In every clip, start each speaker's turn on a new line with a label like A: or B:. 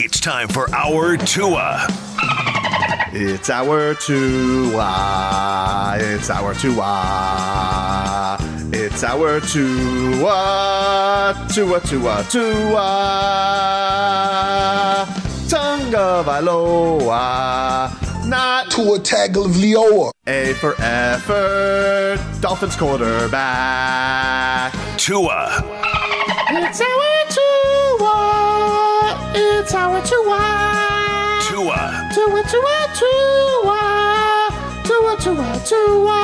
A: It's time for our Tua.
B: It's our two ah. It's our two ah. It's our two ah. Two ah. Two ah. Two ah. Tongue of Aloha. Not
C: Tua Tagovailoa.
B: A for effort. Dolphins quarterback.
A: Tua.
B: It's our two ah. It's our two ah.
A: Tua.
B: Tua, tua, tua, tua, tua, tua.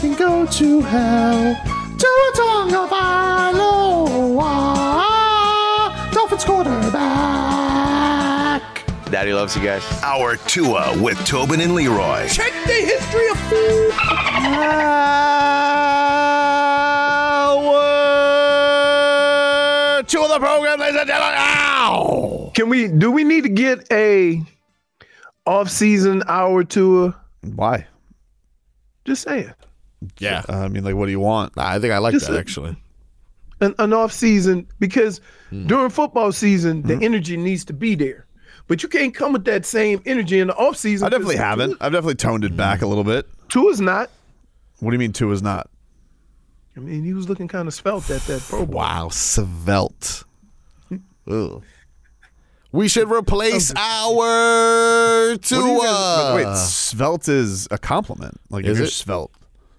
B: Can go to hell to a tongue of Iowa. Dolphins quarterback.
D: Daddy loves you guys.
A: Our Tua with Tobin and Leroy.
B: Our two of the program, ladies and gentlemen. Ow!
E: Can we do we need to get a off season hour tour?
C: Why?
E: Just saying.
C: Yeah. I mean, like, what do you want? I think I like
E: Just
C: that
E: a-
C: actually.
E: An, an off season because
C: Hmm.
E: during football season the energy needs to be there. But you can't come with that same energy in the off season.
C: I definitely
E: 'cause
C: haven't. I've definitely toned it back a little bit.
E: Tua- Tua's not.
C: What do you mean two is not?
E: I mean, he was looking kind of svelte at that pro bowl.
C: Wow, svelte. Ugh. We should replace our
B: What
C: two.
B: do you guys-
C: uh,
B: wait, wait, svelte is a compliment. Like,
C: Is
B: if you're
C: it?
B: svelte.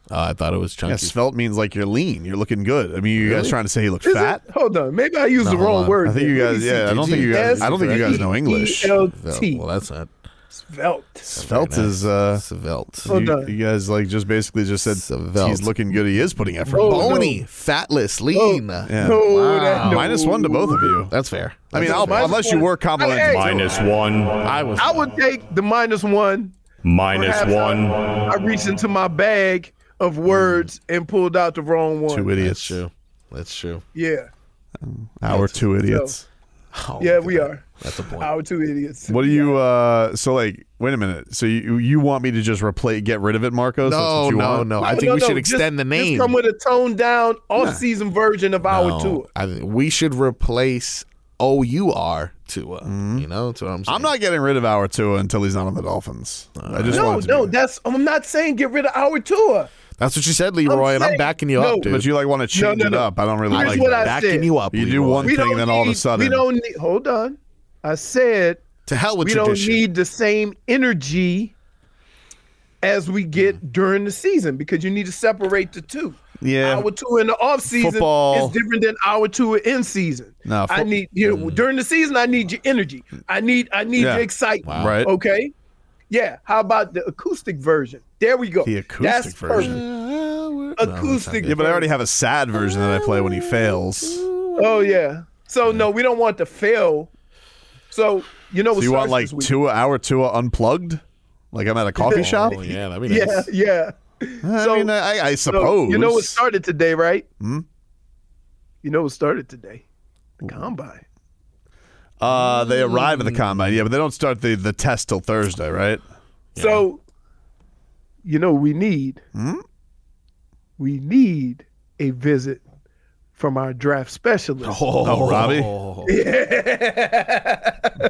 F: Uh, I thought it was chunky.
C: Yeah, svelte means like you're lean. You're looking good. I mean, you guys trying to say he looked
E: Is
C: fat?
E: it? Hold on. Maybe I used the
F: hold
E: wrong
F: on.
E: word.
C: I think
E: there.
C: you
E: Let me
C: guys.
E: see.
C: Yeah, I don't think you guys. I don't think you guys know English.
E: S-E-L-T.
F: Well, that's not
E: Svelte.
C: Svelte is uh,
F: svelte.
E: Hold
C: You,
E: on.
C: you guys like just basically just said
F: Svelte.
C: he's looking good. He is putting effort.
E: Oh, no. Oh,
F: Bony, fatless, lean.
C: Yeah.
E: No, that-
C: Uh,
E: no.
C: Minus one to both of you.
F: That's fair.
C: I mean,
F: That's
C: I'll,
F: fair.
C: unless you were complimenting.
E: Hey.
F: I,
C: one.
F: was.
E: I would take the minus one. Minus one. I, reached into my bag of words and pulled out the wrong one.
C: Two
F: That's
C: idiots.
F: true. That's true.
E: Yeah.
C: Our two idiots.
F: Oh,
E: Yeah, we are.
F: That's a point.
E: Our two idiots.
C: What do you? uh So like, wait a minute. So you you want me to just replace, get rid of it, Marcos? That's
F: No,
C: what you
F: no,
C: want?
F: no. I think
E: Oh, No,
F: we
E: no,
F: should
E: no.
F: extend
E: Just-
F: the name.
E: Just come with a toned down off season version of our
F: No,
E: tour.
F: I think we should replace O U R to uh, you know, that's what I'm saying.
C: I'm not getting rid of our two until he's not on the Dolphins. I just
E: No,
C: want it to
E: no,
C: be-
E: that's I'm not saying get rid of our tour.
F: That's what you said, Leroy, and I'm
E: saying-
F: backing you
E: no.
F: up, dude.
C: But you like want to change
E: no,
C: it
E: no.
C: up. I don't really
E: Here's
C: like
E: what
C: that.
E: I
F: backing
E: said.
F: you up.
C: You do
F: Leroy.
C: one
E: We
C: thing,
E: don't
C: then all of a
E: need-
C: sudden-
E: we don't need hold on. I said
F: to hell with
E: we don't
F: tradition.
E: need the same energy as we
C: Mm.
E: get during the season because you need to separate the two.
C: Yeah.
E: Our two in the off season
C: Football.
E: is different than our two in season.
C: No,
E: I
C: fo-
E: need you know, during the season I need your energy. I need I need
C: Mm. Yeah.
E: your excitement.
C: Wow. Right.
E: Okay. Yeah. How about the acoustic version? There we go.
C: The acoustic
E: That's
C: version.
E: perfect. Acoustic.
C: Yeah, but I already
E: version.
C: have a sad version that I play when he fails. So
E: Oh yeah. So no, we don't want to fail. So you know what
C: you want
E: starts
C: like
E: this week?
C: two hour Tua unplugged? Like I'm at a coffee shop?
F: Oh, yeah, that'd be nice.
E: Yeah, yeah.
C: I
E: So-
C: mean, I, I
E: So,
C: suppose. Hmm?
E: you know what started today, right? You know what started today? The combine.
C: Uh, they arrive at the combine, yeah, but they don't start the, the test till Thursday, right?
E: So, you know what we need?
C: Hmm?
E: We need a visit from our draft specialist.
C: Oh, Robbie,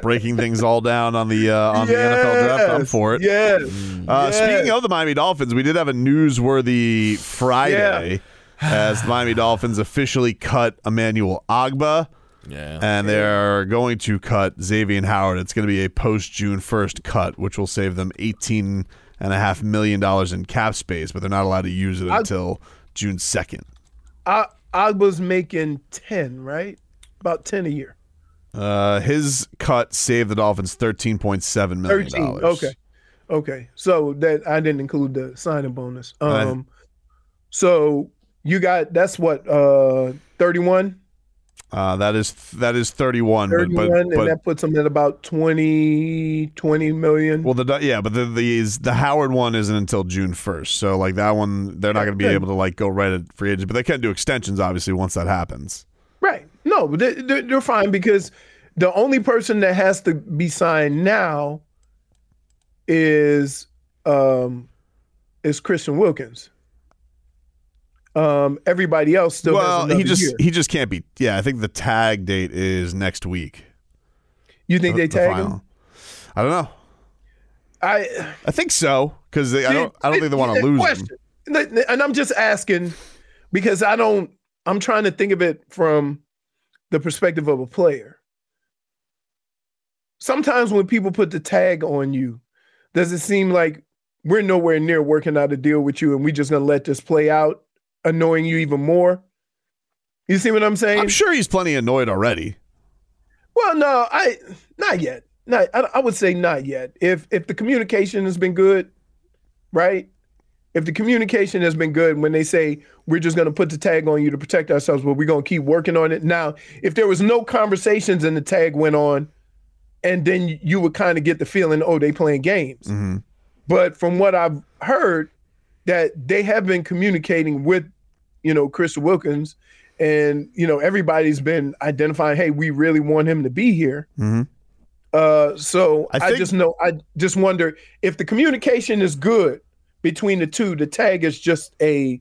C: breaking things all down on the uh, on the NFL draft. I'm
E: Yes,
C: for it.
E: Yes.
C: Uh,
E: yes.
C: Speaking of the Miami Dolphins, we did have a newsworthy Friday. as the Miami Dolphins officially cut Emmanuel Agba.
F: Yeah.
C: And they're going to cut Xavier Howard. It's going to be a post June 1st cut, which will save them $18.5 million in cap space, but they're not allowed to use it until June 2nd.
E: I I was making ten, right? About ten a year.
C: Uh, his cut saved the Dolphins $13.7 million.
E: Thirteen. Okay. Okay. So that I didn't include the signing bonus.
C: Right.
E: Um so you got that's what uh 31
C: Uh, that is that is 31,
E: 31
C: but, but,
E: and
C: but
E: that puts them at about 20 20 million
C: Well, the do- yeah, but the the is- the Howard one isn't until June first, so like that one, they're not going to be able to like go right at free agent, but they can do extensions obviously once that happens.
E: right no they, they're, they're fine because the only person that has to be signed now is um is christian wilkins um everybody else still
C: well,
E: has
C: he just
E: year.
C: he just can't be. Yeah, I think the tag date is next week.
E: you think
C: the-
E: they
C: the
E: tag
C: final.
E: him
C: I don't know.
E: i
C: I think so because I don't. I don't think they want to
E: That
C: lose him.
E: question. And- And I'm just asking because I don't. I'm trying to think of it from the perspective of a player. Sometimes when people put the tag on you, does it seem like we're nowhere near working out a deal with you, and we're just gonna let this play out, annoying you even more? You see what I'm saying?
C: I'm sure he's plenty annoyed already.
E: Well, no, I not yet. Not, I, I would say not yet. If if the communication has been good, right? If the communication has been good, when they say we're just going to put the tag on you to protect ourselves, but we're going to keep working on it. Now, if there was no conversations and the tag went on, and then you would kind of get the feeling, oh, they playing games.
C: Mm-hmm,
E: But from what I've heard, that they have been communicating with, you know, Chris Wilkins, and you know everybody's been identifying. Hey, we really want him to be here.
C: mm-hmm.
E: Uh, so
C: I
E: I,
C: think-
E: just know. I just wonder if the communication is good between the two. The tag is just a,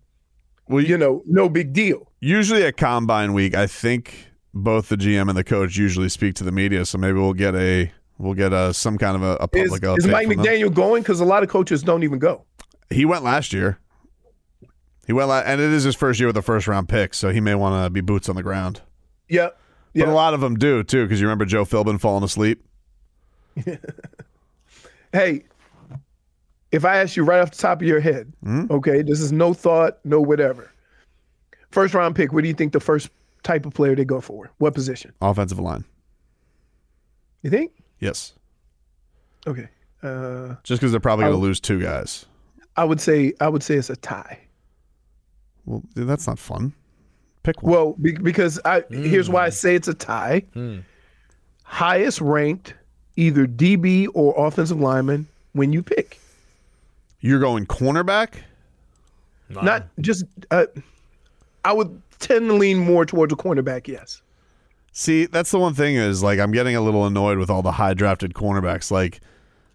C: Well,
E: you know, no big deal.
C: usually at combine week, I think both the GM and the coach usually speak to the media, so maybe we'll get a we'll get a some kind of a, a
E: Is,
C: public update.
E: is Mike
C: from them.
E: McDaniel going? Because a lot of coaches don't even go.
C: He went last year. He went, la- and it is his first year with a first round pick, so he may want to be boots on the ground.
E: Yeah, yeah.
C: But a lot of them do too, because you remember Joe Philbin falling asleep.
E: hey, if I ask you right off the top of your head, okay, this is no thought, no whatever. First round pick, what do you think the first type of player they go for? What position?
C: Offensive line,
E: You think?
C: yes,
E: Okay. Uh,
C: just because they're probably going to lose two guys.
E: I would say I would say it's a tie.
C: Well, dude, that's not fun. Pick one.
E: Well, be- because I here's why I say it's a tie. Highest ranked either DB or offensive lineman when you pick.
C: You're going cornerback.
E: Not just uh, I would tend to lean more towards a cornerback, yes.
C: See, that's the one thing is like I'm getting a little annoyed with all the high drafted cornerbacks. Like,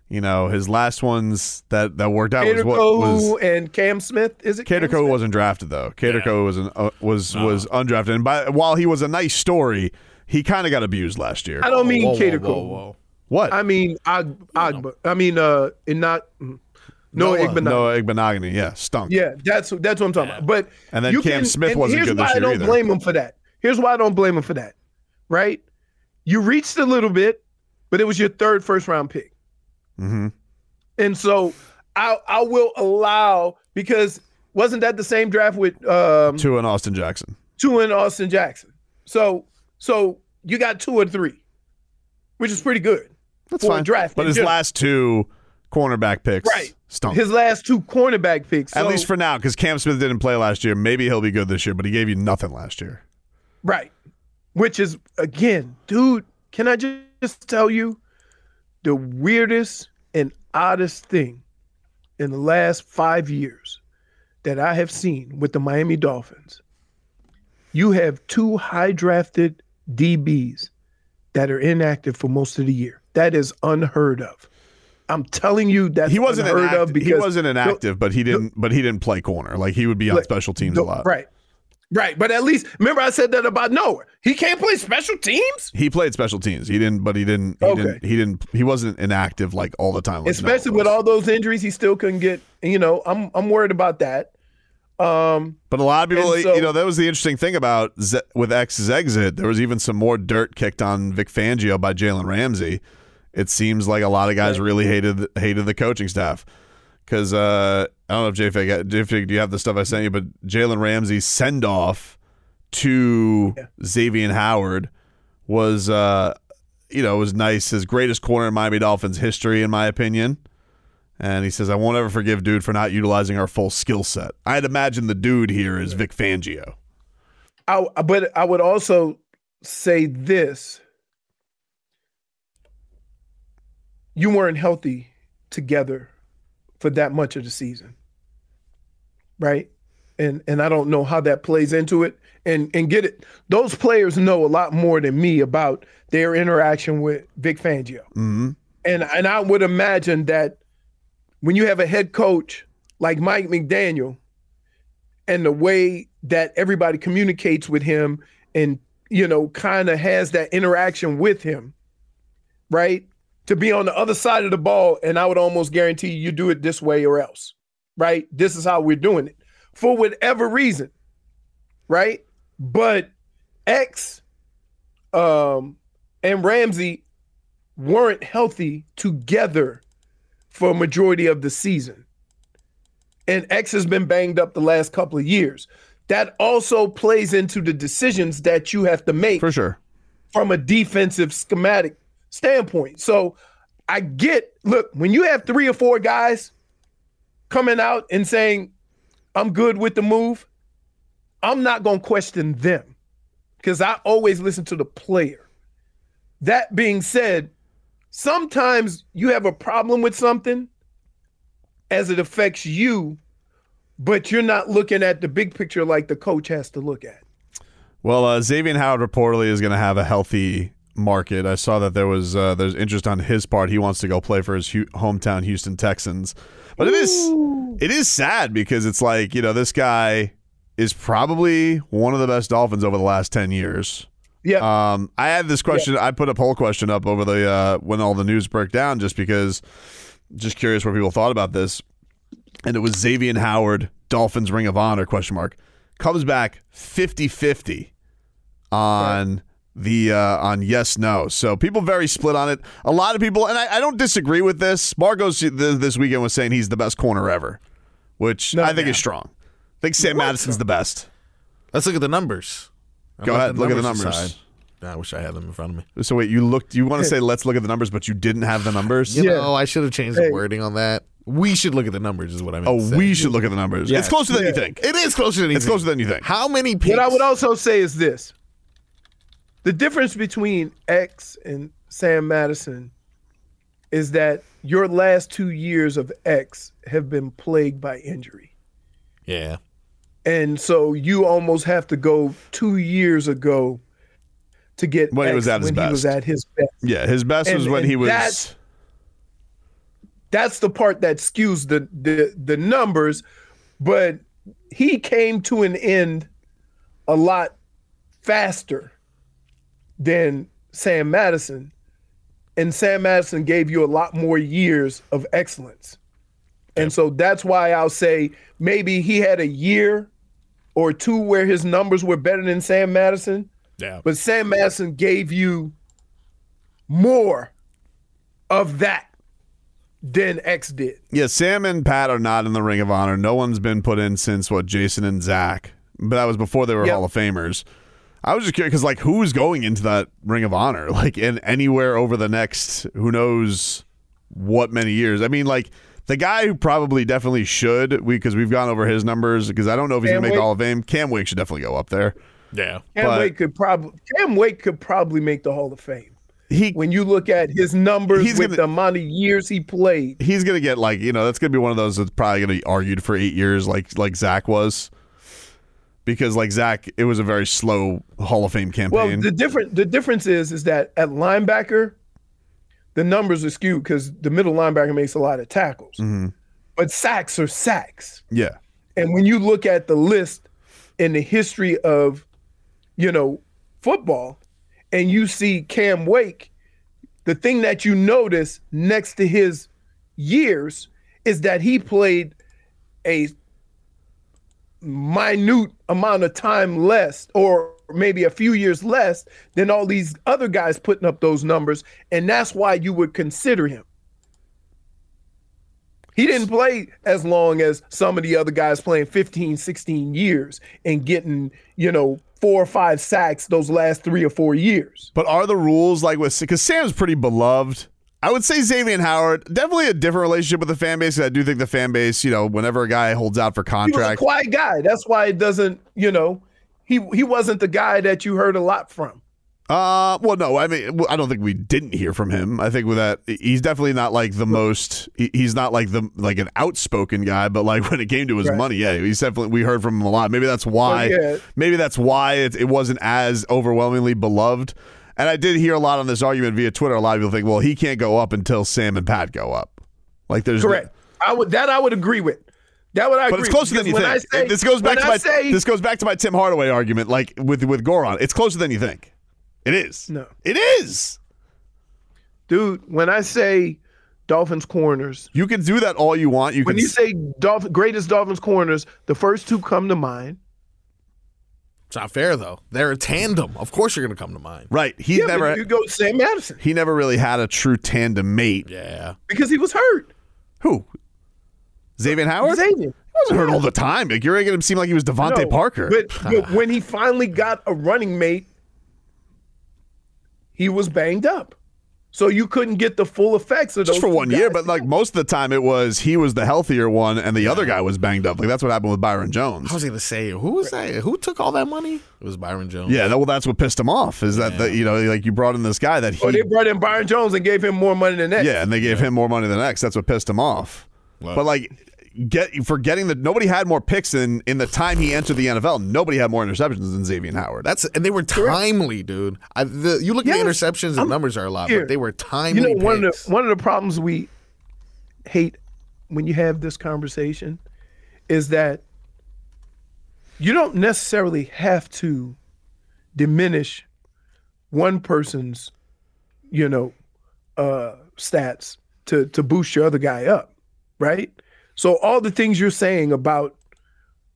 C: you know, his last ones that that worked out was what was
E: Caterco and Cam Smith. Is it Cam
C: Kaderko
E: Smith?
C: wasn't drafted though. Kaderko was an, uh, was
F: Uh-huh.
C: was undrafted, and by, while he was a nice story, he kind of got abused last year.
E: I don't mean
F: Whoa, whoa,
E: Caterco.
F: whoa, whoa.
C: What?
E: I mean Ag- Agba. I mean uh, and not no
F: Noah.
E: Igbenogany.
C: Noah Igbenogany, yeah, stunk.
E: Yeah, that's that's what I'm talking about. But
C: And then
E: you
C: Cam
E: can-
C: Smith
E: and
C: wasn't
E: here's
C: good
E: why
C: this
E: I
C: year
E: don't
C: either.
E: blame him for that. Here's why I don't blame him for that. Right? You reached a little bit, but it was your third first round pick,
C: hmm
E: and so I I will allow because wasn't that the same draft with um,
C: Two and Austin Jackson.
E: two in Austin Jackson? So so you got two or three, which is pretty good.
C: That's
E: for a
C: fine.
E: draft
C: but
E: in
C: his
E: general.
C: last two cornerback picks
E: Right.
C: stunk.
E: His last two cornerback picks.
C: Oh. At
E: so-
C: least for now, because Cam Smith didn't play last year. Maybe he'll be good this year, but he gave you nothing last year.
E: Right. Which is again, dude, can I ju- just tell you the weirdest and oddest thing in the last 5 years that I have seen with the Miami Dolphins. You have two high drafted DBs that are inactive for most of the year. That is unheard of. I'm telling you that
C: He wasn't
E: unheard of
C: inactive.
E: because
C: He wasn't inactive, but he didn't. But he didn't play corner. Like he would be on
E: Look,
C: special teams a
E: No,
C: lot.
E: right. Right, but at least remember I said that about Noah. He can't play special teams?
C: He played special teams. He didn't, but he didn't. He
E: Okay.
C: didn't. He didn't. He wasn't inactive like all the time. Like
E: especially
C: Noah
E: with
C: was.
E: all those injuries he still couldn't get you know i'm i'm worried about that Um,
C: But a lot of people,
E: And so-
C: you know, that was the interesting thing about Z- with X's exit. There was even some more dirt kicked on Vic Fangio by Jalen Ramsey. It seems like a lot of guys really hated hated the coaching staff because uh, I don't know if J Fig, J Fig, do you have the stuff I sent you? But Jalen Ramsey's send off to Xavier Howard was, uh, you know, it was nice. His greatest corner in Miami Dolphins history, in my opinion. And he says, I won't ever forgive dude for not utilizing our full skill set. I'd imagine the dude here is Vic Fangio.
E: I but I would also say this: you weren't healthy together for that much of the season, right? And and I don't know how that plays into it. And and get it, those players know a lot more than me about their interaction with Vic Fangio.
C: Mm-hmm.
E: And and I would imagine that when you have a head coach like Mike McDaniel and the way that everybody communicates with him and you know kind of has that interaction with him, right? To be on the other side of the ball and I would almost guarantee you do it this way or else. Right? This is how we're doing it for whatever reason. Right? But X um and Ramsey weren't healthy together for a majority of the season. And X has been banged up the last couple of years. That also plays into the decisions that you have to make
C: For sure.
E: from a defensive schematic standpoint. So I get, look, when you have three or four guys coming out and saying, I'm good with the move, I'm not going to question them because I always listen to the player. That being said, sometimes you have a problem with something as it affects you, but you're not looking at the big picture like the coach has to look at.
C: Well, uh, Xavier Howard reportedly is going to have a healthy market. I saw that there was uh, there's interest on his part. He wants to go play for his hu- hometown Houston Texans. But it is it is sad because it's like you know this guy is probably one of the best Dolphins over the last ten years.
E: Yeah.
C: Um, I had this question. I put a poll question up over the uh, when all the news broke down, just because, just curious what people thought about this, and it was Xavier Howard, Dolphins Ring of Honor question mark comes back 50-50 on the uh, on yes no. So people very split on it. A lot of people, and I, I don't disagree with this. Margos th- this weekend was saying he's the best corner ever, which I think is strong. I think Sam Madison's the best.
F: Let's look at the numbers. I
C: Go
F: left
C: ahead, look at the numbers.
F: aside. I wish I had them in front of me.
C: So wait, you looked. You want to say let's look at the numbers, but you didn't have the numbers.
F: You
E: Yeah.
F: know, I should have changed the wording on that. We should look at the numbers, is what I meant. to
C: Oh,
F: say.
C: we should look at the numbers. It's closer than you think.
F: It is closer than you
C: It's
F: think.
C: closer than you think.
F: How many people?
E: What I would also say is this: the difference between X and Sam Madison is that your last two years of X have been plagued by injury,
F: yeah.
E: and so you almost have to go two years ago to get
C: When he
E: X
C: was at his
E: when he was
C: best.
E: at his best.
C: Yeah, his best was
E: And-
C: when
E: and
C: he was.
E: that's- that's the part that skews the the the numbers but he came to an end a lot faster than Sam Madison and Sam Madison gave you a lot more years of excellence and so that's why I'll say maybe he had a year or two where his numbers were better than Sam Madison
F: Yeah.
E: but Sam Madison gave you more of that than X did.
C: Yeah, Sam and Pat are not in the Ring of Honor. No one's been put in since what Jason and Zach, but that was before they were
E: Yep.
C: Hall of Famers. I was just curious because like who's going into that Ring of Honor like in anywhere over the next who knows what many years? I mean like the guy who probably definitely should we because we've gone over his numbers because I don't know if he's
E: Cam
C: gonna make the
E: Wake.
C: Hall of Fame. Cam Wake should definitely go up there.
F: Yeah.
E: Cam
C: But-
E: Wake could probably Cam Wake could probably make the Hall of Fame.
C: He
E: When you look at his numbers
C: He's
E: with
C: gonna-
E: the amount of years he played,
C: he's gonna get like you know that's gonna be one of those that's probably gonna be argued for eight years like like Zach was because like Zach it was a very slow Hall of Fame
E: well,
C: campaign.
E: the different the difference is is that at linebacker, the numbers are skewed because the middle linebacker makes a lot of tackles,
C: Mm-hmm.
E: but sacks are sacks.
C: yeah,
E: And when you look at the list in the history of, you know, football, and you see Cam Wake, the thing that you notice next to his years is that he played a minute amount of time less or maybe a few years less than all these other guys putting up those numbers and that's why you would consider him he didn't play as long as some of the other guys playing 15 16 years and getting you know four or five sacks those last three or four years
C: But are the rules like with because Sam's pretty beloved? I would say Xavier Howard definitely a different relationship with the fan base. 'cause I do think the fan base, you know, whenever a guy holds out for
E: he was a
C: contract,
E: quiet guy that's why it doesn't you know he he wasn't the guy that you heard a lot from
C: Uh, well, no, I mean, well, I don't think we didn't hear from him. I think with that, he's definitely not like the most. he- He's not like the like an outspoken guy, but like when it came to his money, yeah, he's definitely. We heard from him a lot. Maybe that's why.
E: yeah.
C: Maybe that's why it, it wasn't as overwhelmingly beloved. And I did hear a lot on this argument via Twitter. A lot of people think, well, he can't go up until Sam and Pat go up. Like there's
E: Correct. I would that I would agree with. That would I
C: But
E: agree
C: it's closer
E: with,
C: than you
E: because
C: think.
E: when I say-
C: this goes back
E: when
C: to
E: I
C: my
E: say-
C: this goes back to my Tim Hardaway argument, like with with Goron. It's closer than you think. It is.
E: No.
C: It is.
E: dude, when I say Dolphins corners,
C: You can do that all you want. You
E: when
C: can.
E: you say Dolph, greatest Dolphins corners, the first two come to mind.
F: It's not fair though. They're a tandem. Of course you're gonna come to mind.
C: right. He
E: Yeah,
C: never.
E: but you go Sam Madison
C: he never really had a true tandem mate.
F: Yeah.
E: because he was hurt.
C: Who? Xavier Howard.
E: Xavier.
C: He wasn't hurt all the time. Like you're making him seem like he was Devontae
E: No,
C: Parker.
E: But, but when he finally got a running mate, he was banged up. So you couldn't get the full effects of those
C: just for
E: two
C: one year,
E: guys.
C: but like most of the time, it was he was the healthier one, and the other guy was banged up. Like that's what happened with Byron Jones.
F: I was gonna say, who was that? Who took all that money? It was Byron Jones.
C: Yeah, that, well, that's what pissed him off is that, that you know, like you brought in this guy that he,
E: Oh, they brought in Byron Jones and gave him more money than that.
C: yeah, and they gave him more money than X. That's what pissed him off. But like, get for getting the nobody had more picks in in the time he entered the NFL. Nobody had more interceptions than Xavier Howard.
F: That's and they were timely, dude. I, the, you look at the
E: Yes,
F: interceptions and numbers are a lot,
E: here.
F: but they were
E: you
F: timely.
E: know one of
F: picks.
E: the one of the problems we hate when you have this conversation is that you don't necessarily have to diminish one person's you know uh stats to to boost your other guy up right so all the things you're saying about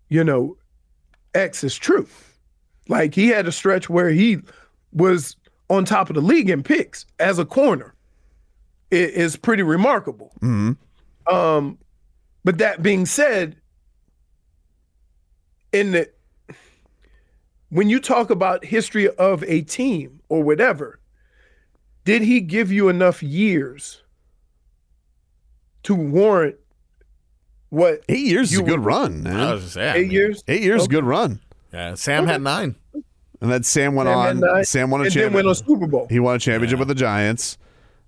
E: you know x is true like he had a stretch where he was on top of the league in picks as a corner i- is pretty remarkable. Um, but that being said, in the when you talk about history of a team or whatever, did he give you enough years to warrant what
C: Eight years is a
E: You
C: good run, man.
F: I was just saying,
E: eight
F: man.
E: years?
C: Eight years is a good run,
F: Yeah, Sam had nine.
C: and then Sam went
E: Sam
C: on.
E: had nine,
C: Sam won a
E: and then
C: championship.
E: went on Super Bowl.
C: He won a championship with the Giants.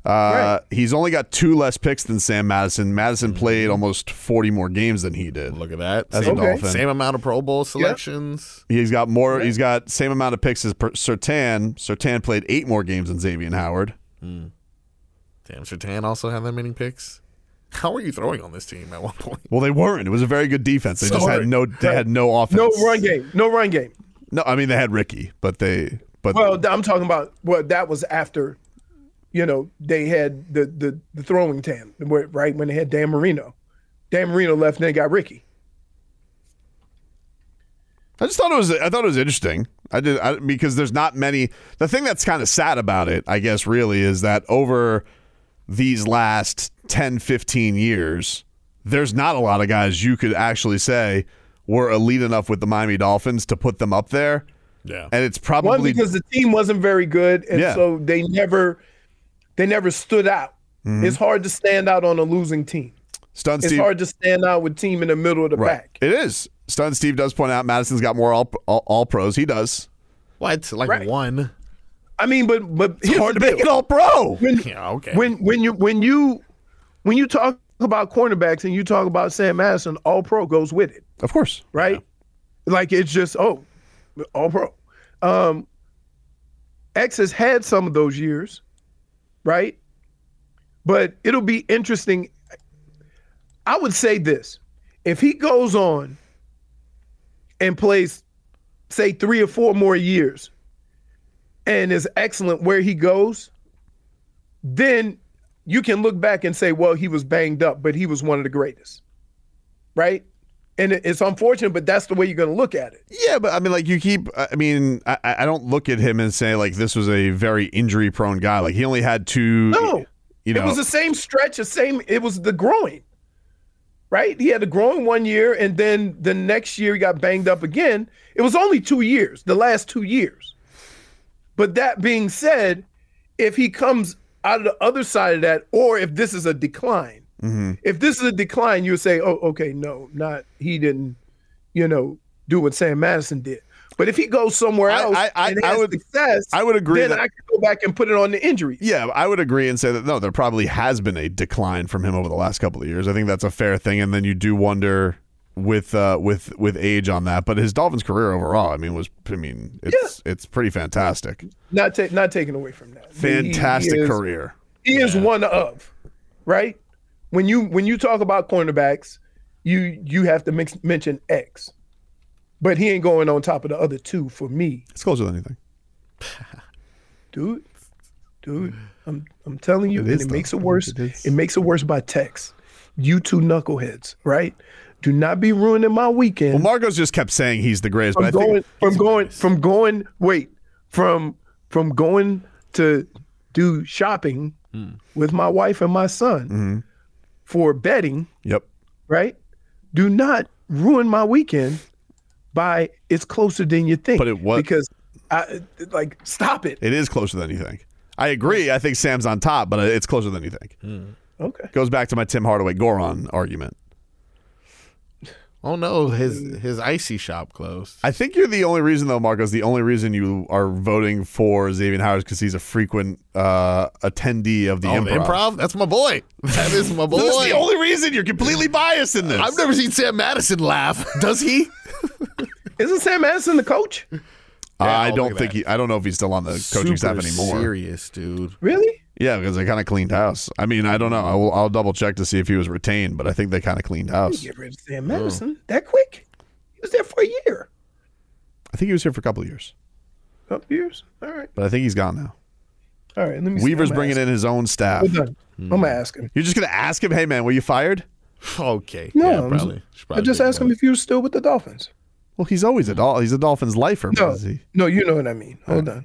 C: Uh, He's only got two less picks than Sam Madison. Madison played almost 40 more games than he did.
F: Look at that.
C: As a
F: same,
C: Dolphin.
F: same amount of Pro Bowl selections.
C: He's got more. He's got same amount of picks as per- Sertan. Sertan played eight more games than Xavier Howard.
F: Damn, Sertan also had that many picks. How are you throwing on this team at one point?
C: Well, they weren't. It was a very good defense. They just had no. They had no offense.
E: No run game. No run game.
C: No, I mean they had Ricky, but they. But
E: Well, th- I'm talking about well, that was after, you know, they had the the, the throwing tan where- right when they had Dan Marino. Dan Marino left, and they got Ricky.
C: I just thought it was. I thought it was interesting. I did I, because there's not many. The thing that's kind of sad about it, I guess, really is that over these last 10, 15 years, there's not a lot of guys you could actually say were elite enough with the Miami Dolphins to put them up there.
F: Yeah.
C: And it's
E: One
C: probably
E: because the team wasn't very good, and
C: Yeah.
E: so they never they never stood out.
C: Mm-hmm.
E: It's hard to stand out on a losing team.
C: Stun
E: It's
C: Steve.
E: hard to stand out with team in the middle of the
C: right.
E: pack.
C: It is. Stun Steve does point out Madison's got more all, all, all pros. He does.
F: What? Like
E: Right.
F: one?
E: I mean, but but here's
C: Hard
E: the
C: to make
E: deal.
C: it all pro.
E: When-
F: Yeah, okay.
E: when when you when you when you talk about cornerbacks and you talk about Sam Madison, all pro goes with it.
C: Of course.
E: right? Like it's just oh, all pro. Um, X has had some of those years, right? But it'll be interesting. I would say this: if he goes on and plays, say three or four more years, and is excellent where he goes, then you can look back and say, well, he was banged up, but he was one of the greatest, right? and it- it's unfortunate, but that's the way you're going to look at it.
C: Yeah, but I mean, like you keep. I I mean, I, I I don't look at him and say like this was a very injury prone guy. Like he only had two.
E: No,
C: you know,
E: It was the same stretch, the same. It was the groin, right? He had the groin one year, and then the next year he got banged up again. It was only two years, the last two years. But that being said, if he comes out of the other side of that, or if this is a decline,
C: mm-hmm.
E: if this is a decline, you would say, "Oh, okay, no, not he didn't, you know, do what Sam Madison did." But if he goes somewhere
C: I-
E: else
C: I- I-
E: and
C: I
E: has
C: would-
E: success,
C: I would agree
E: Then
C: that-
E: I could go back and put it on the injury.
C: Yeah, I would agree and say that no, there probably has been a decline from him over the last couple of years. I think that's a fair thing, and then you do wonder with uh, with with age on that. But his Dolphins career overall, I mean, was I mean, it's it's pretty fantastic,
E: not ta- not taken away from that. He-
C: fantastic
E: he is,
C: career.
E: He is one of, right? When you when you talk about cornerbacks, you you have to mix, mention X, but he ain't going on top of the other two for me,
C: It's closer than anything.
E: dude. Dude, I'm I'm telling you,
C: It
E: and
C: is,
E: it
C: though.
E: makes it worse.
C: It is.
E: It, makes it worse by text. You two knuckleheads, right? Do not be ruining my weekend.
C: Well, Marcos just kept saying he's the greatest,
E: from
C: but I
E: going
C: think
E: from going from going wait from from going to do shopping
C: Hmm.
E: with my wife and my son
C: Mm-hmm.
E: for betting
C: yep.
E: right do not ruin my weekend by it's closer than you think
C: But it was-
E: because i like stop it
C: It is closer than you think. I agree. I think Sam's on top, but it's closer than you think.
F: Mm.
E: okay
C: Goes back to my Tim Hardaway Goron argument.
F: Oh no, his
E: Mm.
F: his icy shop closed.
C: I think you're the only reason, though, Marcos. The only reason you are voting for Xavier Howard because he's a frequent uh, attendee of the
F: oh,
C: improv.
F: the improv? That's my boy. That is my boy.
C: This is the only reason you're completely biased in this.
F: I've never seen Sam Madison laugh. Does he?
E: isn't sam madison the coach
C: I
F: Yeah,
C: don't
F: look at
C: think
F: that.
C: he. I don't know if he's still on the coaching staff
F: Super
C: anymore.
F: Serious, dude.
E: really
C: Yeah, because they kind of cleaned house. I mean, I don't know. I will, I'll double check to see if he was retained, but I think they kind of cleaned house.
E: get rid of sam
C: Mm.
E: madison that quick he was there for a year
C: I think he was here for a couple of years,
E: up years all right
C: but I think he's gone now.
E: all right let me see.
C: Weaver's
E: I'ma
C: bringing Mm.
E: ask
C: in his own staff.
E: him. We're done. i'm gonna ask him
C: You're just gonna ask him, "Hey, man, were you fired?"
F: Okay.
E: No,
F: yeah,
E: I'm-
F: probably.
E: I
F: Should probably
E: just
F: think
E: asked him
F: about it.
E: if you were still with the Dolphins.
C: Well, he's always a Dol- he's a Dolphins lifer. but
E: No,
C: Is he?
E: no, you know what I mean. Hold on.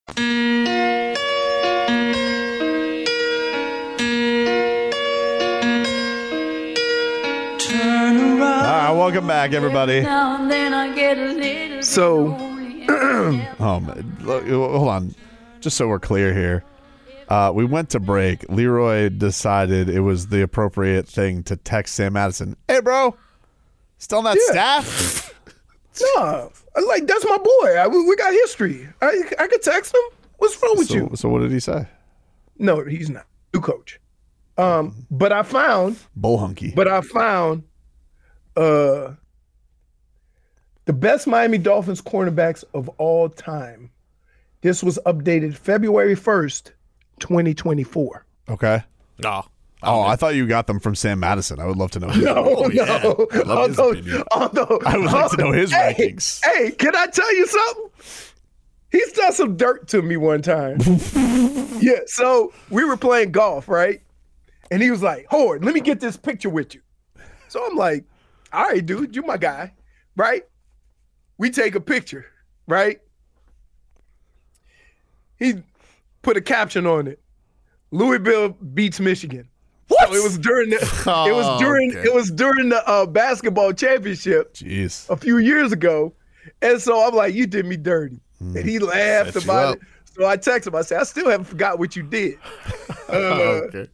C: All right, welcome back, everybody.
E: So-
C: Oh, man. Look, hold on. Just so we're clear here, uh, we went to break. Leroy decided it was the appropriate thing to text Sam Madison. Hey, bro, still not staff?
E: no, like that's my boy. I, we we got history. I I could text him. What's wrong with
C: so,
E: you?
C: so what did he say?
E: No, he's not new coach. Um,
C: Mm-hmm.
E: but I found,
C: Bullhunky.
E: but I found, uh, the best Miami Dolphins cornerbacks of all time. This was updated February first, twenty twenty four.
C: okay.
F: No.
C: Oh, I thought you got them from Sam Madison. I would love to know. his-
E: Oh, no.
F: yeah. I'd love his
E: although,
F: opinion.
E: although,
C: I would like to know his
E: hey,
C: rankings.
E: Hey, can I tell you something? He's done some dirt to me one time. yeah, so we were playing golf, right? And he was like, Horde, let me get this picture with you. So I'm like, all right, dude, you my guy, right? We take a picture, right? he put a caption on it. Louisville beats Michigan. What? it was during the it
C: Oh,
E: was during
F: Okay.
E: it was during the uh, basketball championship
C: Jeez.
E: a few years ago, and so I'm like, you did me dirty, and he laughed
C: Hmm. Set you
E: about
C: up.
E: it. So I text him. I said, I still haven't forgot what you did.
F: okay.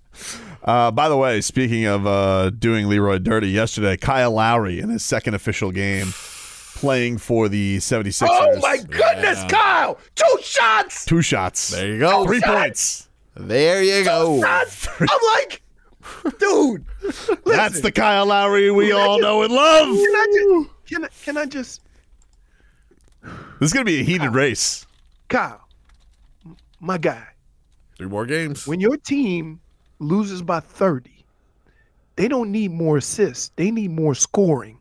C: Uh, by the way, speaking of uh, doing Leroy dirty, yesterday, Kyle Lowry in his second official game playing for the 76ers.
E: Oh my goodness, Kyle! Two shots.
C: Two shots.
F: There you go.
C: Three
E: shots.
C: points.
F: There you
E: Oh,
F: go.
E: shots. I'm like, dude.
C: That's the Kyle Lowry we all know and love.
E: Can I just? Can I, can I just?
C: This is going to be a heated race.
E: Kyle, my guy,
F: Three more games.
E: when your team loses by 30, they don't need more assists. They need more scoring.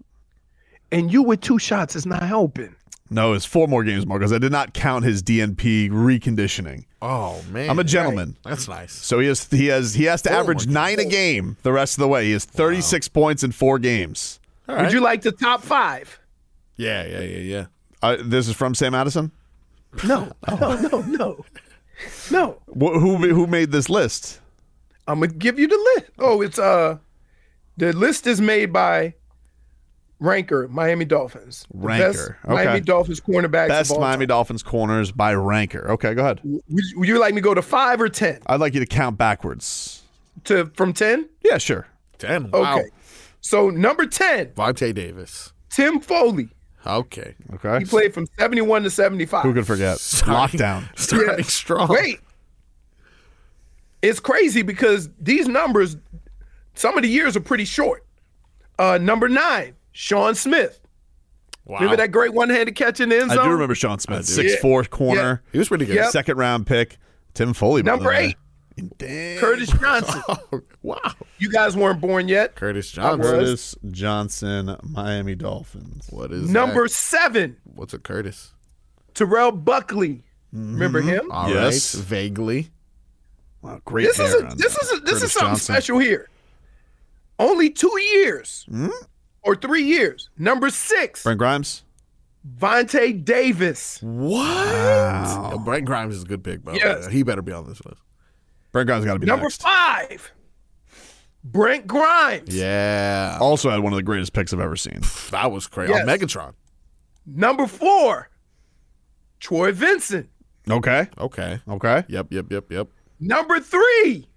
E: And you with two shots is not helping.
C: No, it's four more games, Marcos. I did not count his DNP reconditioning.
F: Oh man.
C: I'm a gentleman.
F: That's nice.
C: So he has he has he has to
E: Oh
F: Four
C: average
F: more
C: nine a game the rest of the way. He has 36 points in four games.
F: All
E: Would
F: right.
E: you like the top five?
F: yeah, yeah, yeah, yeah.
C: Uh, this is from Sam Addison.
E: No, no, no, no. No.
C: Wh- who who made this list?
E: I'm gonna give you the list. Oh, it's uh the list is made by Ranker, Miami Dolphins. The best
C: Ranker, okay.
E: Miami Dolphins cornerbacks.
C: Best
E: of all
C: Miami
E: time.
C: Dolphins corners by ranker. Okay, go ahead.
E: Would, would you like me to go to five or ten?
C: I'd like you to count backwards.
E: To from ten?
C: Yeah, sure.
F: Ten.
E: Okay.
F: Wow.
E: So number ten,
F: Vontae Davis.
E: Tim Foley.
F: Okay.
C: Okay.
E: He played from seventy one to seventy five.
C: Who could forget? Lockdown.
F: Starting strong.
E: Wait. It's crazy because these numbers, some of the years are pretty short. Uh, number nine, Sean Smith.
F: Wow.
E: Remember that great one handed catch in the end
C: I
E: zone?
C: do remember Sean Smith, six four corner,
F: He was pretty good.
E: Yep.
C: second round pick. Tim Foley, by
E: Number
C: the way.
E: eight.
C: Damn.
E: Curtis Johnson.
F: Wow.
E: You guys weren't born yet.
F: Curtis Johnson.
C: Curtis Johnson, Miami Dolphins.
F: What is
E: Number
F: that?
E: seven,
F: What's a Curtis?
E: Terrell Buckley. Remember
C: Mm-hmm.
E: him?
C: Oh,
F: All right.
C: Yes.
F: Vaguely.
C: Wow, great.
E: This is
C: hair
E: a
C: on
E: this
C: that.
E: is a, this
C: Curtis
E: is something
C: Johnson.
E: special here. Only two years
C: Hmm?
E: or three years. Number six,
C: Brent Grimes.
E: Vontae Davis.
F: What? Yo, Brent Grimes is a good pick, bro.
E: Oh. Yes.
F: He better be on this list.
C: Brent Grimes got to be
E: Number
C: next.
E: five, Brent Grimes.
F: Yeah.
C: Also had one of the greatest picks I've ever seen.
F: Oh, That was crazy.
E: Yes.
F: Oh, Megatron.
E: Number four, Troy Vincent.
C: Okay.
F: Okay.
C: Okay.
F: Yep, yep, yep, yep.
E: Number three,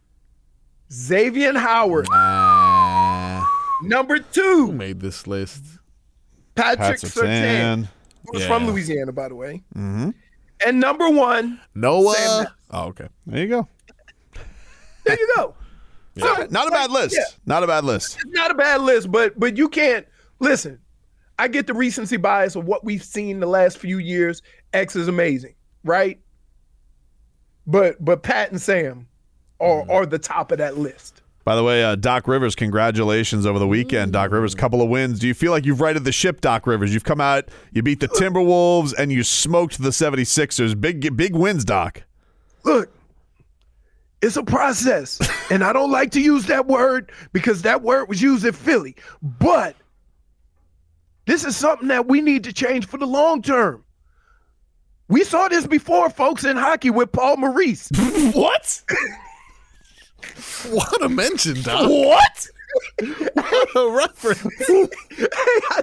E: Xavier Howard.
F: Uh,
E: Number
F: who
E: two,
F: made this list?
C: Pat
E: Patrick Sertan,
C: Sertan.
E: who was
F: Yeah.
E: from Louisiana, by the way. And number one,
F: Noah.
E: Sam-
F: Oh, okay.
C: There you go.
E: there you go. So,
C: Not a bad list.
E: yeah.
C: Not a bad list.
E: it's not a bad list, but but you can't listen. I get the recency bias of what we've seen the last few years. X is amazing, right? But but Pat and Sam are are the top of that list.
C: By the way, uh, Doc Rivers, congratulations over the weekend. Doc Rivers,
E: Mm.
C: couple of wins. Do you feel like you've righted the ship, Doc Rivers? You've come out, you beat the Timberwolves, and you smoked the 76ers. Big, big wins, Doc.
E: Look, it's a process, and I don't like to use that word because that word was used in Philly. But this is something that we need to change for the long term. We saw this before, folks, in hockey with Paul Maurice.
C: What?
F: What a mention, Doc.
C: What?
F: what a reference.
E: I,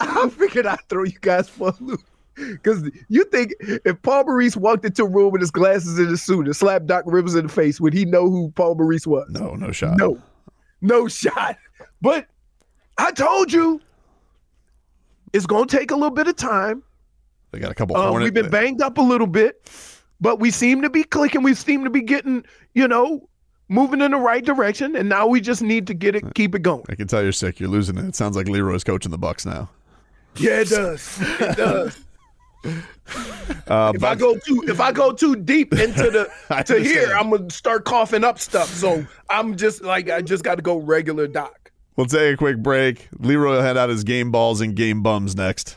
E: I figured I'd throw you guys for a loop. Because you think if Paul Maurice walked into a room with his glasses and his suit and slapped Doc Rivers in the face, would he know who Paul Maurice was?
C: No, no shot.
E: No. No shot. But I told you it's going to take a little bit of time.
C: They got a couple.
E: Um,
C: Hornet-
E: we've been banged up a little bit, but we seem to be clicking. We seem to be getting, you know, moving in the right direction. And now we just need to get it, keep it going.
C: I can tell you're sick. You're losing it. It sounds like Leroy's coaching the Bucks now.
E: Yeah, it does. It does.
C: Uh,
E: If
C: but-
E: I go too if I go too deep into the
C: I
E: to here,
C: understand.
E: I'm gonna start coughing up stuff. So I'm just like I just got to go regular doc.
C: We'll take a quick break. Leroy will hand out his game balls and game bums next.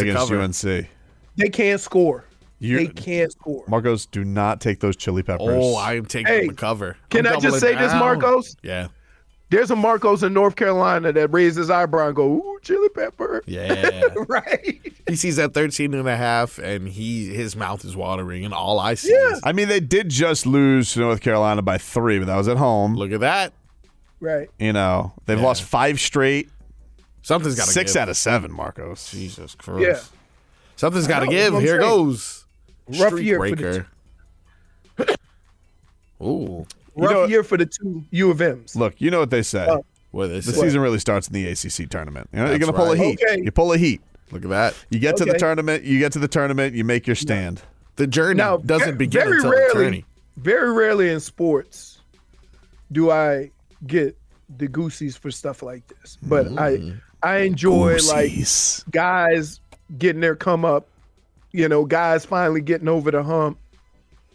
C: UNC.
E: They can't score.
C: You-
E: they can't score.
C: Marcos, do not take those chili peppers.
F: Oh, I'm taking
E: Hey,
F: the cover.
E: Can
F: I'm
E: I just
F: doubling
E: say this,
F: down.
E: Marcos?
F: Yeah.
E: There's a Marcos in North Carolina that raises his eyebrow and go, ooh, chili pepper.
F: Yeah.
E: right.
F: He sees that 13 and a half and he his mouth is watering and all I see is
C: I mean, they did just lose to North Carolina by three, but that was at home. Look
F: at that.
E: Right.
C: You know, they've lost five straight.
F: Something's gotta
C: six
F: give.
C: out of seven, Marcos. Jesus
F: Christ. Yeah. Something's got to give. Here goes.
E: Rough
F: Streak
E: year for the
F: breaker. Ooh.
E: Rough year for the two U of M's.
C: Look, you know what they say.
E: Oh,
F: what they
C: the
F: say.
C: season really starts in the ACC tournament. You know, you're
F: That's
C: going to pull a
F: right.
C: heat.
F: Okay.
C: You pull a heat.
F: Look at that.
C: You get to the
F: Okay.
C: tournament. You get to the tournament. You make your stand.
F: The journey doesn't begin until the journey.
E: Very rarely in sports do I get the goosies for stuff like this. But I I enjoy like guys getting their come up, you know, guys finally getting over the hump,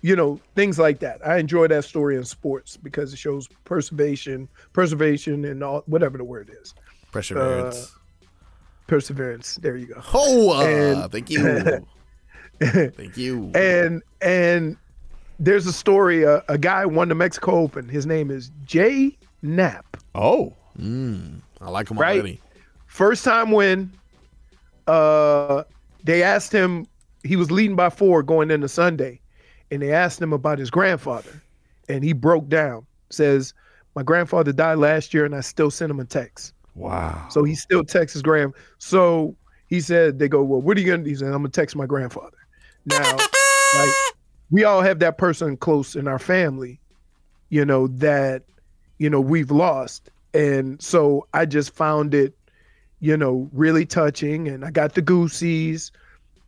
E: you know, things like that. I enjoy that story in sports because it shows preservation, preservation and all whatever the word is.
F: Perseverance.
E: Uh, perseverance. There you go.
F: Oh, uh, thank you.
E: thank
F: you.
E: And and there's a story. Uh, a guy won the Mexico Open. His name is Jay Knapp.
C: Oh,
F: I like him
E: Right?
F: already.
E: First time win. Uh, they asked him. He was leading by four going into Sunday, and they asked him about his grandfather, and he broke down. Says, "My grandfather died last year, and I still sent him a text."
C: Wow.
E: So he still texts his grand. So he said, "They go, well, what are you gonna?" do? He said, "I'm gonna text my grandfather." Now, like, we all have that person close in our family, you know that, you know we've lost, and so I just found it you know, really touching. And I got the goosies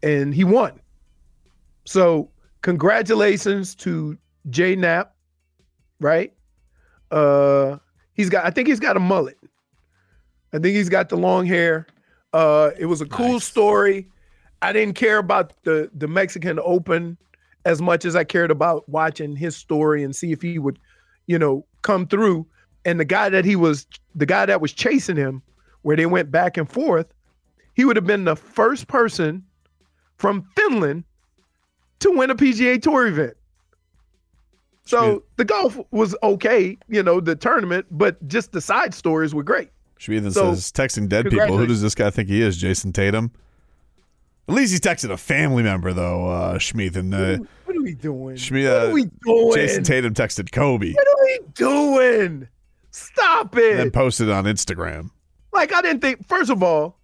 E: and he won. So congratulations to Jay Knapp, right? Uh he's got I think he's got a mullet. I think he's got the long hair. Uh it was a cool story. I didn't care about the the Mexican Open as much as I cared about watching his story and see if he would, you know, come through. And the guy that he was the guy that was chasing him, where they went back and forth, he would have been the first person from Finland to win a PGA Tour event. So the golf was okay, you know, the tournament, but just the side stories were great.
C: Should be then
E: So,
C: says texting dead people. Who
E: congratulations.
C: does this guy think he is? Jason Tatum. At least he's texted a family member though, uh, Schmeath and uh,
E: What are we doing?
C: Schmeath.
E: what are we doing?
C: Jason Tatum texted Kobe
E: What are we doing? Stop
C: and then
E: it.
C: posted it on Instagram.
E: Like I didn't think first of all,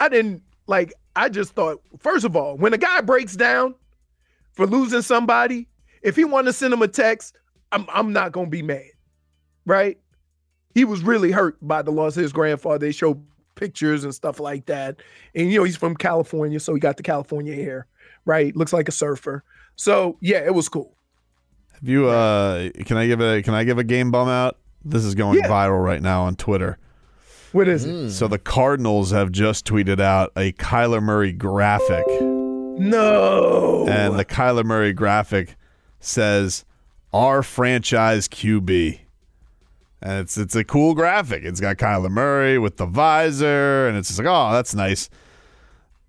E: I didn't like I just thought first of all, when a guy breaks down for losing somebody, if he wanna send him a text, I'm I'm not gonna be mad. Right? He was really hurt by the loss of his grandfather. They show pictures and stuff like that. And you know, he's from California, so he got the California hair, right? Looks like a surfer. So yeah, it was cool.
C: Have you? Uh, can I give a Can I give a game bum out? This is going viral right now on Twitter.
E: What is
C: it? So the Cardinals have just tweeted out a Kyler Murray graphic.
E: No.
C: And the Kyler Murray graphic says our franchise QB. And it's it's a cool graphic. It's got Kyler Murray with the visor and it's just like, "Oh, that's nice."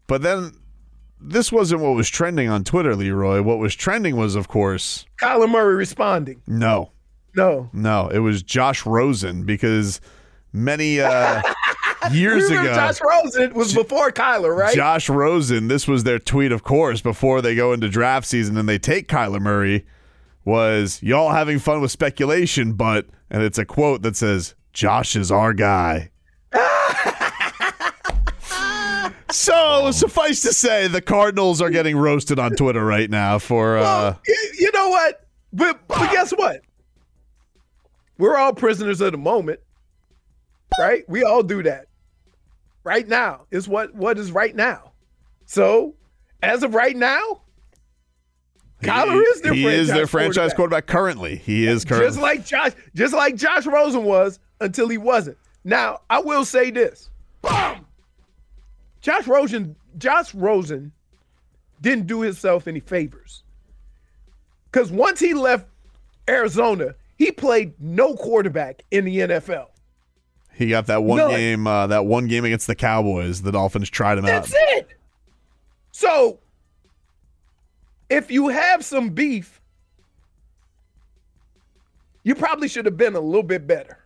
C: But then this wasn't what was trending on Twitter, Leroy. What was trending was of course
E: Kyler Murray responding.
C: No.
E: No.
C: No, it was Josh Rosen because many uh years
E: you
C: ago
E: remember Josh Rosen was before Kyler, right?
C: Josh Rosen, this was their tweet, of course, before they go into draft season and they take Kyler Murray, was y'all having fun with speculation, but, and it's a quote that says, Josh is our guy. so suffice to say, the Cardinals are getting roasted on Twitter right now for, uh,
E: Oh, Y- You know what? But, but guess what? We're all prisoners of the moment, right? We all do that. Right now is what what is right now. So, as of right now, Kyler is their
C: he
E: franchise
C: is their franchise quarterback, currently. He is currently.
E: Just like Josh, just like Josh Rosen was until he wasn't. Now, I will say this. Josh Rosen, Josh Rosen didn't do himself any favors. Cause once he left Arizona, he played no quarterback in the NFL.
C: He got that one
E: No.
C: game, uh, that one game against the Cowboys. The Dolphins tried him out.
E: That's it. Um, So if you have some beef, you probably should have been a little bit better.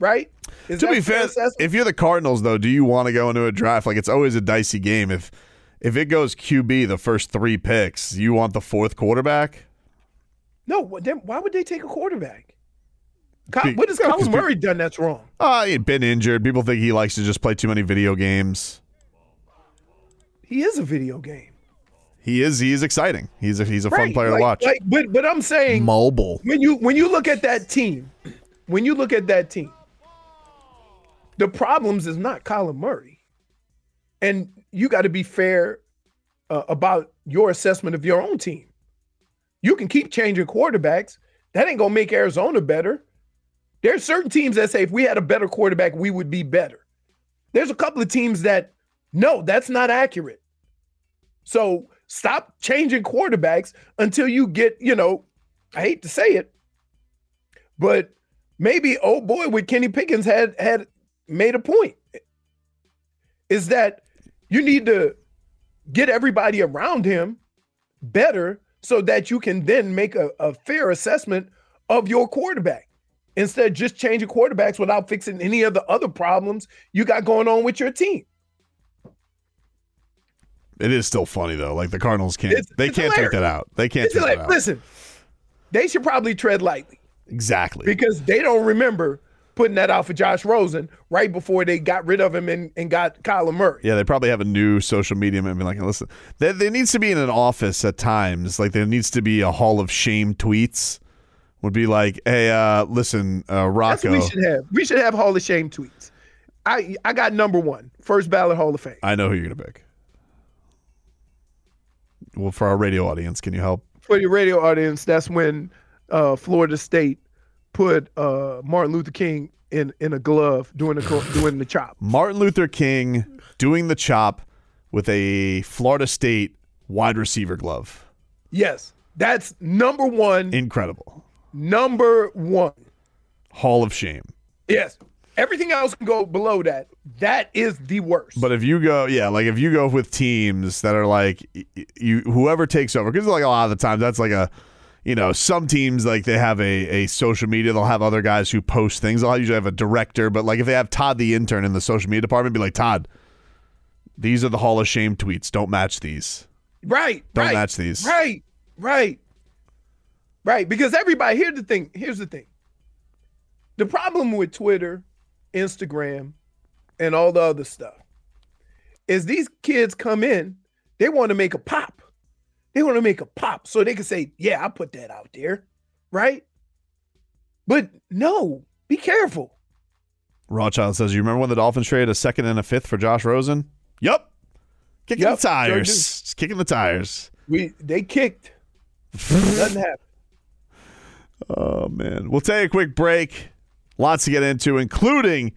E: Right? Is
C: to
E: that
C: be fair, if you're the Cardinals, though, do you want to go into a draft? Like it's always a dicey game. If if it goes QB the first three picks, you want the fourth quarterback.
E: No, wh- then why would they take a quarterback? Ky-
C: Be-
E: what has
C: no, 'cause
E: Colin
C: be-
E: Murray done that's wrong?
C: Ah, he'd been injured. People think he likes to just play too many video games.
E: He is a video game.
C: He is. He is exciting. He's a, he's a fun
E: Right,
C: player
E: like-
C: to watch.
E: Like, but but I'm saying
F: mobile.
E: When you when you look at that team, when you look at that team, the problems is not Colin Murray, and you got to be fair uh, about your assessment of your own team. You can keep changing quarterbacks. That ain't gonna make Arizona better. There's certain teams that say if we had a better quarterback, we would be better. There's a couple of teams that no, that's not accurate. So stop changing quarterbacks until you get, you know, I hate to say it, but maybe oh boy with Kenny Pickens had had made a point. Is that you need to get everybody around him better so that you can then make a, a fair assessment of your quarterback instead of just changing quarterbacks without fixing any of the other problems you got going on with your team.
C: it is still funny though. Like the Cardinals can't.
E: It's-
C: they
E: it's
C: can't
E: hilarious.
C: take that out. They can't
E: It's
C: take
E: like,
C: that out.
E: listen, they should probably tread lightly
C: Exactly.
E: because they don't remember putting that out for Josh Rosen right before they got rid of him and, and got Kyler Murray.
C: Yeah, they probably have a new social media and be like, listen, there, there needs to be in an office at times. Like there needs to be a hall of shame tweets. Would be like, hey, uh, listen, uh,
E: That's
C: Rocco.
E: what we should have. We should have Hall of Shame tweets. I I got number one, first ballot Hall of Fame.
C: I know who you're going to pick. Well, for our radio audience, can you help?
E: For your radio audience, that's when uh, Florida State put uh, Martin Luther King in in a glove doing the co- doing the chop.
C: Martin Luther King doing the chop with a Florida State wide receiver glove.
E: Yes, that's number one.
C: Incredible.
E: Number one.
C: Hall of Shame.
E: Yes. Everything else can go below that. That is the worst.
C: But if you go, yeah, like if you go with teams that are like y- y- you, whoever takes over, because like a lot of the times that's like a, you know, some teams like they have a a social media, they'll have other guys who post things. They'll usually have a director, but like if they have Todd the intern in the social media department, be like Todd, these are the Hall of Shame tweets. Don't match these.
E: Right.
C: Don't
E: right,
C: match these.
E: Right. Right. Right. Because everybody here's the thing. Here's the thing. The problem with Twitter, Instagram, and all the other stuff is these kids come in, they want to make a pop. They want to make a pop. So they can say, yeah, I put that out there. Right? But no, be careful.
C: Rawchild says, "You remember when the Dolphins traded a second and a fifth for Josh Rosen? Yup, kicking
E: Yup,
C: the
E: sure
C: tires,
E: do.
C: Just kicking the tires.
E: We they kicked. Doesn't happen.
C: Oh man, we'll take a quick break. Lots to get into, including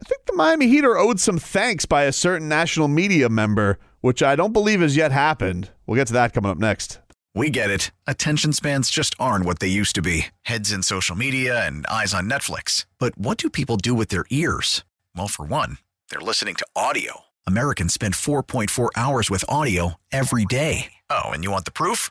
C: I think the Miami Heat are owed some thanks by a certain national media member, which I don't believe has yet happened. We'll get to that coming up next.
G: We get it. Attention spans just aren't what they used to be heads in social media and eyes on Netflix. But what do people do with their ears? Well, for one, they're listening to audio. Americans spend 4.4 hours with audio every day. Oh, and you want the proof?